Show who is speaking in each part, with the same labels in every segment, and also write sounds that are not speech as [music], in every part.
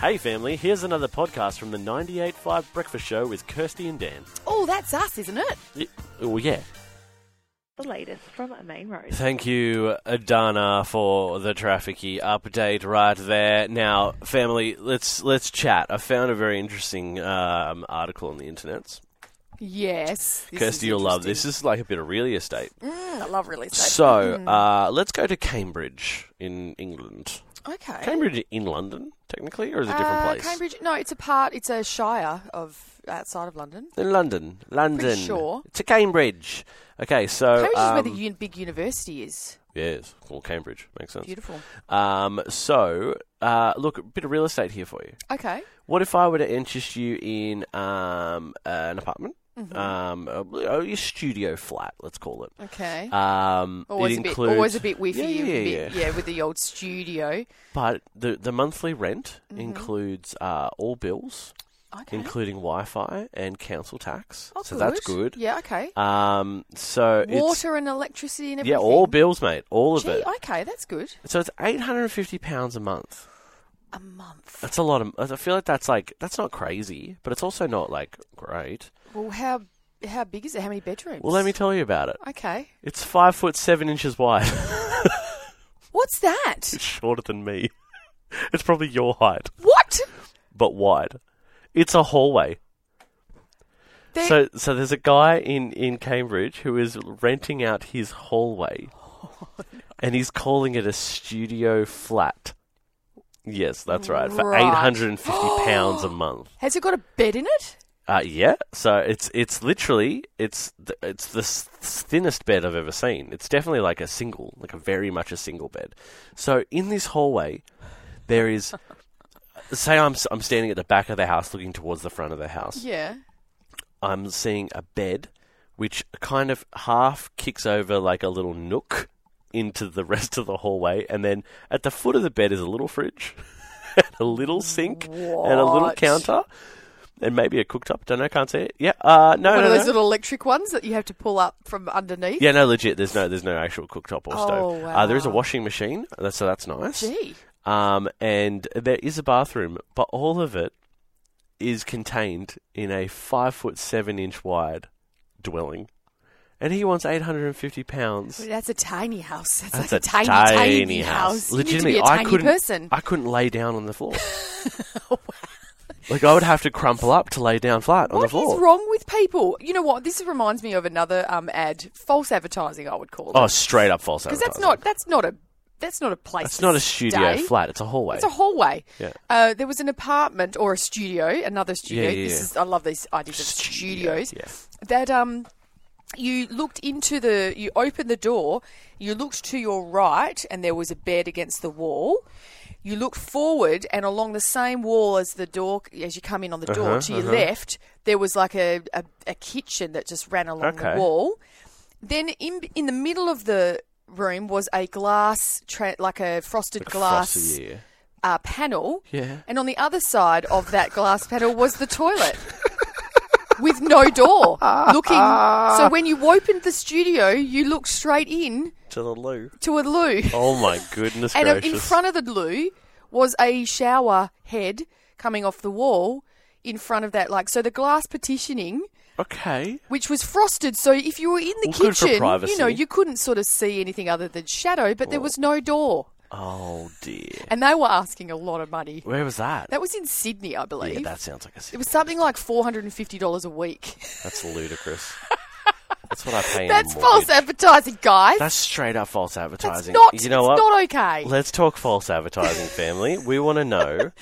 Speaker 1: Hey, family, here's another podcast from the 98.5 Breakfast Show with Kirsty and Dan.
Speaker 2: Oh, that's us, isn't it?
Speaker 1: Y- Oh, yeah.
Speaker 3: The latest from Main Road.
Speaker 1: Thank you, Adana, for the trafficy update right there. Now, family, let's let's chat. I found a very interesting um, article on the internet.
Speaker 2: Yes. this is
Speaker 1: Kirsty, you'll love this.
Speaker 2: interesting.
Speaker 1: This is like a bit of real estate.
Speaker 2: Mm, I love real estate.
Speaker 1: So, uh, let's go to Cambridge in England.
Speaker 2: Mm, okay.
Speaker 1: Cambridge in London, technically, or is it a different
Speaker 2: Uh,
Speaker 1: place?
Speaker 2: Cambridge. No, it's a part. It's a shire of outside of London.
Speaker 1: In London, London.
Speaker 2: sure.
Speaker 1: To Cambridge. Okay, so
Speaker 2: Cambridge is where the
Speaker 1: um,
Speaker 2: un- big university is.
Speaker 1: yes, well, Cambridge makes sense.
Speaker 2: Beautiful.
Speaker 1: Um, so uh, look, a bit of real estate here for you.
Speaker 2: Okay.
Speaker 1: What if I were to interest you in um, an apartment,
Speaker 2: Mm-hmm.
Speaker 1: um, a, a your studio flat, let's call it.
Speaker 2: Okay.
Speaker 1: Um, it
Speaker 2: always a bit.
Speaker 1: includes-
Speaker 2: Always a bit whiffy.
Speaker 1: Yeah,
Speaker 2: a
Speaker 1: yeah,
Speaker 2: bit-
Speaker 1: yeah.
Speaker 2: with the old studio.
Speaker 1: But the the monthly rent includes uh, all bills,
Speaker 2: Mm-hmm. Okay.
Speaker 1: including Wi-Fi and council tax.
Speaker 2: Oh,
Speaker 1: so that's good.
Speaker 2: Yeah. Okay.
Speaker 1: Um, so it's
Speaker 2: Water and electricity and everything.
Speaker 1: Yeah, all bills, mate. All of
Speaker 2: Gee,
Speaker 1: it.
Speaker 2: okay, that's good.
Speaker 1: So it's eight hundred and fifty pounds a month.
Speaker 2: A month.
Speaker 1: That's a lot of. I feel like that's like that's not crazy, but it's also not like great.
Speaker 2: Well, how how big is it? How many bedrooms?
Speaker 1: Well, let me tell you about it.
Speaker 2: Okay.
Speaker 1: It's five foot seven inches wide. [laughs]
Speaker 2: What's that?
Speaker 1: it's shorter than me. [laughs] It's probably your height,
Speaker 2: What?
Speaker 1: but wide. It's a hallway.
Speaker 2: There-
Speaker 1: So, so there's a guy in, in Cambridge who is renting out his hallway, and he's calling it a studio flat. Yes, that's right. For
Speaker 2: Right.
Speaker 1: eight hundred and fifty pounds a month.
Speaker 2: Has it got a bed in it?
Speaker 1: Uh, yeah. So it's it's literally it's th- it's the s- thinnest bed I've ever seen. It's definitely like a single, like a very much a single bed. So in this hallway, there is. [laughs] Say I'm s- I'm standing at the back of the house, looking towards the front of the house.
Speaker 2: Yeah.
Speaker 1: I'm seeing a bed which kind of half kicks over like a little nook into the [laughs] rest of the hallway and then at the foot of the bed is a little fridge [laughs] and a little sink and a little
Speaker 2: What?
Speaker 1: counter and maybe a cooktop don't know can't see it yeah uh no
Speaker 2: One
Speaker 1: no,
Speaker 2: of
Speaker 1: no.
Speaker 2: those little electric ones that you have to pull up from underneath.
Speaker 1: yeah no legit there's no there's no actual cooktop or
Speaker 2: Oh,
Speaker 1: stove uh, there is a
Speaker 2: wow.
Speaker 1: washing machine that's- so that's nice
Speaker 2: Gee.
Speaker 1: um, and there is a bathroom, but all of it is contained in a five foot seven inch wide dwelling, and he wants eight hundred and fifty pounds.
Speaker 2: That's a tiny house. That's,
Speaker 1: That's
Speaker 2: like a, tiny, tiny, house. You need to be
Speaker 1: Legitimately,
Speaker 2: a
Speaker 1: I
Speaker 2: tiny
Speaker 1: couldn't.
Speaker 2: person.
Speaker 1: I couldn't lay down on the
Speaker 2: [laughs]
Speaker 1: floor. Like I would have to crumple up to lay down flat on the
Speaker 2: What
Speaker 1: floor.
Speaker 2: is wrong with people? You know what? This reminds me of another um, ad, false advertising. I would call it.
Speaker 1: Oh, straight up false.
Speaker 2: because that's
Speaker 1: advertising.
Speaker 2: not that's not a that's not a place.
Speaker 1: It's
Speaker 2: to
Speaker 1: not a studio
Speaker 2: stay.
Speaker 1: flat. It's a hallway.
Speaker 2: It's a hallway.
Speaker 1: Yeah.
Speaker 2: Uh, there was an apartment or a studio, another studio.
Speaker 1: Yeah, yeah,
Speaker 2: This
Speaker 1: yeah.
Speaker 2: is I love these ideas of
Speaker 1: Studio,
Speaker 2: studios.
Speaker 1: yeah.
Speaker 2: That um, you looked into the, you opened the door, you looked to your right, and there was a bed against the wall. You looked forward, and along the same wall as the door, as you come in on the door to your left, there was like a, a, a kitchen that just ran along
Speaker 1: Okay.
Speaker 2: the wall. Then in in the middle of the room was a glass, tra- like a frosted glass
Speaker 1: Frosty, yeah.
Speaker 2: uh, panel.
Speaker 1: Yeah.
Speaker 2: And on the other side of that glass panel was the toilet [laughs] with no door looking. So when you opened the studio, you looked straight in
Speaker 1: to the loo.
Speaker 2: to a loo.
Speaker 1: Oh my goodness
Speaker 2: and
Speaker 1: gracious!
Speaker 2: in front of the loo was a shower head coming off the wall in front of that. Like, so the glass partitioning.
Speaker 1: okay.
Speaker 2: Which was frosted, so if you were in the
Speaker 1: Well, good for
Speaker 2: kitchen, you know
Speaker 1: privacy.
Speaker 2: you couldn't sort of see anything other than shadow. But there was no door,
Speaker 1: Oh dear.
Speaker 2: and they were asking a lot of money.
Speaker 1: Where was that?
Speaker 2: That was in Sydney, I believe.
Speaker 1: yeah, that sounds
Speaker 2: [laughs]
Speaker 1: like a
Speaker 2: It was something like four hundred and fifty dollars
Speaker 1: [laughs]
Speaker 2: a week.
Speaker 1: That's ludicrous. That's what I pay. in a
Speaker 2: That's
Speaker 1: mortgage.
Speaker 2: false advertising, guys.
Speaker 1: That's straight up false
Speaker 2: That's
Speaker 1: advertising.
Speaker 2: not.
Speaker 1: you know
Speaker 2: it's
Speaker 1: what?
Speaker 2: Not okay.
Speaker 1: Let's talk false advertising, family. we want to
Speaker 2: [laughs]
Speaker 1: know: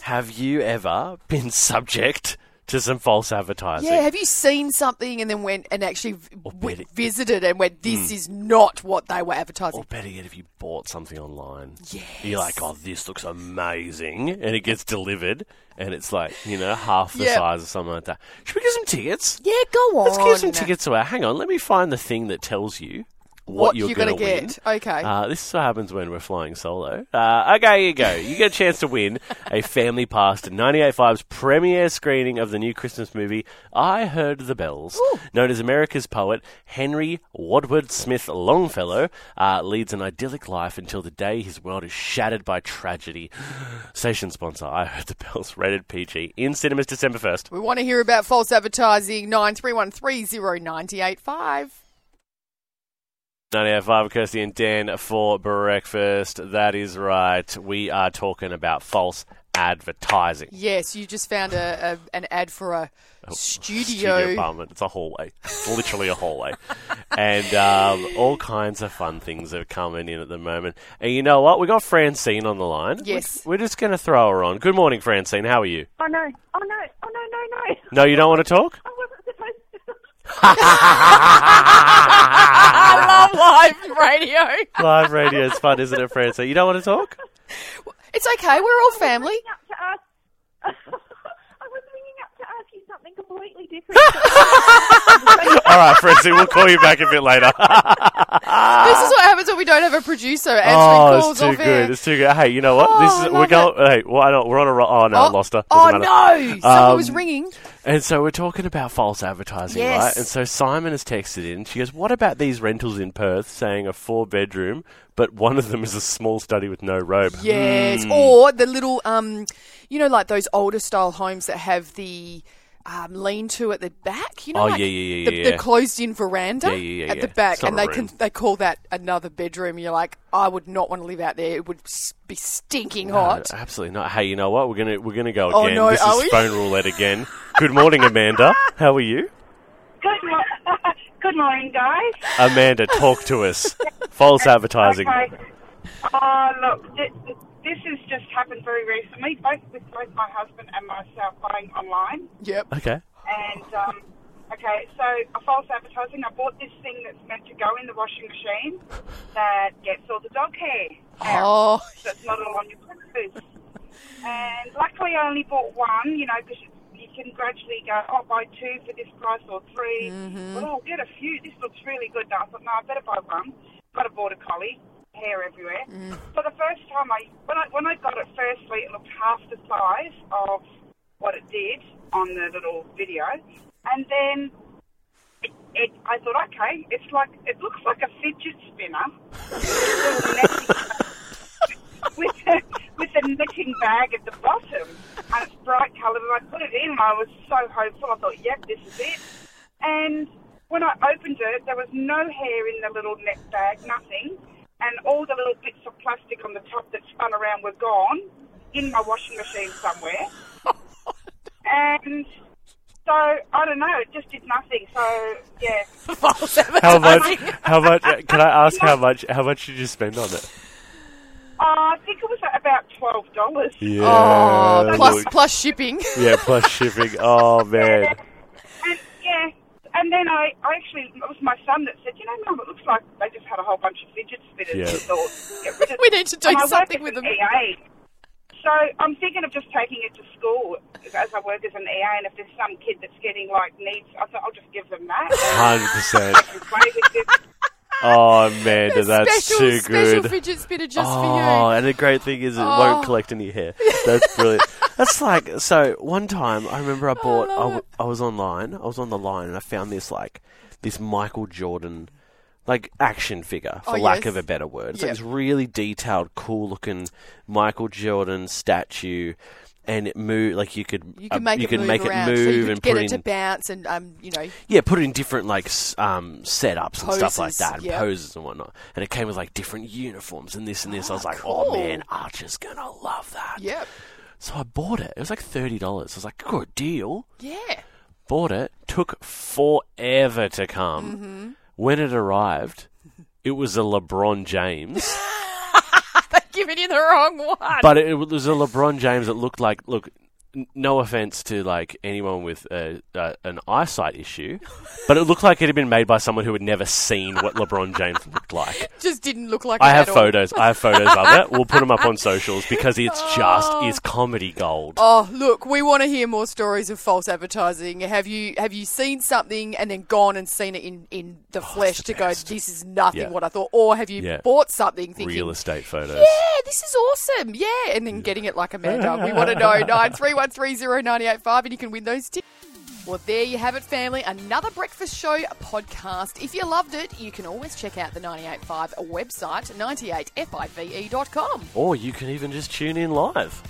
Speaker 1: Have you ever been subject to some false advertising?
Speaker 2: yeah, have you seen something and then went and actually v-
Speaker 1: bet it- Hmm.
Speaker 2: visited and went, this is not what they were advertising?
Speaker 1: Or better yet, if you bought something online, you're like, "Oh, this looks amazing," and it gets delivered, and it's like you know half the
Speaker 2: Yeah.
Speaker 1: size or something like that. Should we get some tickets?
Speaker 2: Yeah, go on. Uh,
Speaker 1: Let's give some tickets away. Hang on, let me find the thing that tells you. what,
Speaker 2: you're,
Speaker 1: going to
Speaker 2: get. Okay.
Speaker 1: Uh, this is what happens when we're flying solo. Uh, okay, here you go. You get a chance to win a family pass to 98.5's premiere screening of the new Christmas movie, I Heard the Bells. Known as America's poet, Henry Wadworth Smith Longfellow uh, leads an idyllic life until the day his world is shattered by tragedy. [gasps] Station sponsor, I Heard the Bells, rated PG, in cinemas December 1st.
Speaker 2: we want to hear about false advertising. Nine three one three zero ninety eight five.
Speaker 1: 985 Kirsty and Dan for breakfast. That is right. We are talking about false advertising.
Speaker 2: Yes, you just found a, a an ad for a
Speaker 1: Oh, Studio
Speaker 2: studio.
Speaker 1: apartment. It's a hallway. It's literally a
Speaker 2: [laughs]
Speaker 1: hallway. and um, all kinds of fun things are coming in at the moment. And you know what? We got Francine on the line.
Speaker 2: Yes.
Speaker 1: We're, we're just going to throw her on. Good morning, Francine. How are you?
Speaker 3: Oh no! Oh no! Oh no! No!
Speaker 4: [laughs]
Speaker 3: No!
Speaker 1: No, you don't want to talk?
Speaker 3: I wasn't supposed to.
Speaker 2: [laughs] I love live radio.
Speaker 1: Live radio is fun, isn't it, Francine? You don't want to talk?
Speaker 2: It's okay. We're all family.
Speaker 3: Ringing up to
Speaker 4: [laughs]
Speaker 3: ask. I was ringing up to ask you something completely different.
Speaker 1: All right, Francine, we'll call you back a bit later.
Speaker 2: This is what happens when we don't have a producer answering
Speaker 1: Oh,
Speaker 2: calls
Speaker 1: it's too
Speaker 2: off
Speaker 1: good.
Speaker 2: air.
Speaker 1: It's too good. Hey, you know what?
Speaker 2: Oh, I
Speaker 1: this is we're
Speaker 2: love
Speaker 1: going. Hey, well, I don't, we're on a. ro- Oh no, I lost her.
Speaker 2: oh
Speaker 1: Doesn't matter.
Speaker 2: no! Someone was
Speaker 1: Um,
Speaker 2: ringing.
Speaker 1: And so we're talking about false advertising,
Speaker 2: Yes.
Speaker 1: right? And so Simon has texted in. She goes, "What about these rentals in Perth saying a four-bedroom, but one of them is a small study with no robe?"
Speaker 2: Yes,
Speaker 1: hmm.
Speaker 2: or the little, um, you know, like those older style homes that have the um, lean-to at the back. You know,
Speaker 1: Oh,
Speaker 2: like
Speaker 1: yeah, yeah, yeah,
Speaker 2: the,
Speaker 1: yeah,
Speaker 2: the
Speaker 1: yeah.
Speaker 2: closed-in veranda
Speaker 1: Yeah, yeah, yeah,
Speaker 2: at
Speaker 1: yeah.
Speaker 2: the back,
Speaker 1: It's not
Speaker 2: and
Speaker 1: a
Speaker 2: they
Speaker 1: room.
Speaker 2: can they call that another bedroom. You're like, I would not want to live out there. It would s- be stinking
Speaker 1: Uh,
Speaker 2: hot.
Speaker 1: absolutely not. Hey, you know what? We're gonna we're gonna go
Speaker 2: Oh,
Speaker 1: again.
Speaker 2: no,
Speaker 1: this
Speaker 2: are
Speaker 1: is
Speaker 2: we?
Speaker 1: phone roulette again. Good morning, Amanda. How are you?
Speaker 4: Good, mo- [laughs] good morning, guys.
Speaker 1: Amanda, talk to us. False advertising.
Speaker 4: Okay. Uh, look, th- this has just happened very recently, both with both my husband and myself buying online.
Speaker 1: [laughs]
Speaker 2: Yep.
Speaker 1: Okay.
Speaker 4: And, um, okay, so a false advertising. I bought this thing that's meant to go in the washing machine that gets all the dog hair. out,
Speaker 2: Oh,
Speaker 4: [laughs] So it's not all on your clothes. And luckily, I only bought one, you know, because you can gradually go, oh, buy two for this price or 3 Well, I'll get a few. This looks really good. Now I thought, no, I better buy one. Got a border collie, hair everywhere. For the first time, I when I when I got it, firstly, it looked half the size of what it did on the little video, and then. It, it, I thought, okay, it's like it looks like a fidget spinner [laughs] with a netting- with a, with a knitting bag at the bottom, and it's bright coloured. And I put it in, and I was so hopeful. I thought, yep, this is it. And when I opened it, there was no hair in the little net bag, nothing, and all the little bits of plastic on the top that spun around were gone in my washing machine somewhere. and so I don't know, it just did nothing. So yeah. Uh,
Speaker 2: false
Speaker 1: [laughs] How much?
Speaker 2: advertising.
Speaker 1: How much? uh, Can I ask how much? How much did you spend on it?
Speaker 4: Uh, I think it was about twelve dollars.
Speaker 1: Yeah.
Speaker 2: Oh, [laughs] plus
Speaker 1: look.
Speaker 2: plus shipping. [laughs]
Speaker 1: Yeah, plus shipping. Oh man.
Speaker 4: And yeah, and then I, I actually it was my son that said, you know, Mum, it looks like they just had a whole bunch of fidget spinners.
Speaker 1: Yeah.
Speaker 4: We thought, get rid of
Speaker 2: [laughs] We need to do
Speaker 4: And I work
Speaker 2: something
Speaker 4: as
Speaker 2: with
Speaker 4: an
Speaker 2: them.
Speaker 4: EA. So I'm thinking of just taking it to school as I work as an EA, and if there's some kid that's getting like needs, I thought I'll just give them that.
Speaker 1: Hundred percent.
Speaker 4: and play with it.
Speaker 1: Oh
Speaker 2: [laughs]
Speaker 1: Amanda, that's
Speaker 2: special,
Speaker 1: too
Speaker 2: special
Speaker 1: good.
Speaker 2: fidget spinner just
Speaker 1: Oh,
Speaker 2: for you.
Speaker 1: and the great thing is it
Speaker 2: Oh.
Speaker 1: won't collect any hair. That's
Speaker 2: [laughs]
Speaker 1: brilliant. That's like so. One time, I remember I bought. I,
Speaker 2: love
Speaker 1: w-
Speaker 2: it.
Speaker 1: I was online. I was on the line, and I found this like this Michael Jordan like action figure, for
Speaker 2: Oh,
Speaker 1: lack
Speaker 2: yes.
Speaker 1: of a better word. It's
Speaker 2: Yep.
Speaker 1: like this really detailed, cool looking Michael Jordan statue, and it moved like you could
Speaker 2: You
Speaker 1: uh,
Speaker 2: can make
Speaker 1: you
Speaker 2: it
Speaker 1: could
Speaker 2: move
Speaker 1: make
Speaker 2: around,
Speaker 1: it move
Speaker 2: so you could
Speaker 1: and
Speaker 2: get
Speaker 1: put
Speaker 2: it to
Speaker 1: in
Speaker 2: bounce and um, you know,
Speaker 1: yeah, put it in different like s- um, setups and stuff like
Speaker 2: Poses,
Speaker 1: that, and
Speaker 2: yeah.
Speaker 1: poses and whatnot. And it came with like different uniforms and this and this. I was like,
Speaker 2: Ah, cool.
Speaker 1: oh man, Archer's gonna love that.
Speaker 2: yep,
Speaker 1: So I bought it. It was like thirty dollars. I was like, good deal.
Speaker 2: yeah. [laughs]
Speaker 1: Bought it. Took forever to come.
Speaker 2: Mm-hmm.
Speaker 1: When it arrived, it was a LeBron James.
Speaker 2: They're giving you the wrong one.
Speaker 1: But it was a LeBron James that looked like look. n- no offense to like anyone with a, uh, an eyesight issue, but it looked like it had been made by someone who had never seen what LeBron James looked
Speaker 2: [laughs]
Speaker 1: like.
Speaker 2: Just didn't look like
Speaker 1: I
Speaker 2: it
Speaker 1: have
Speaker 2: at all.
Speaker 1: photos. I have photos of it. We'll put them up on socials because
Speaker 2: [laughs]
Speaker 1: it's just is comedy gold.
Speaker 2: Oh, look, we want to hear more stories of false advertising. Have you have you seen something and then gone and seen it in, in the flesh
Speaker 1: Oh, the
Speaker 2: to go,
Speaker 1: best.
Speaker 2: this is nothing
Speaker 1: Yeah.
Speaker 2: what I thought? Or have you
Speaker 1: Yeah.
Speaker 2: bought something thinking,
Speaker 1: Real estate photos.
Speaker 2: yeah, this is awesome. Yeah. And then getting it like Amanda. we want to [laughs] know 93130985 and you can win those tickets. Well, there you have it, family. Another Breakfast Show podcast. If you loved it, you can always check out the 985 website, 98five.com.
Speaker 1: Or you can even just tune in live.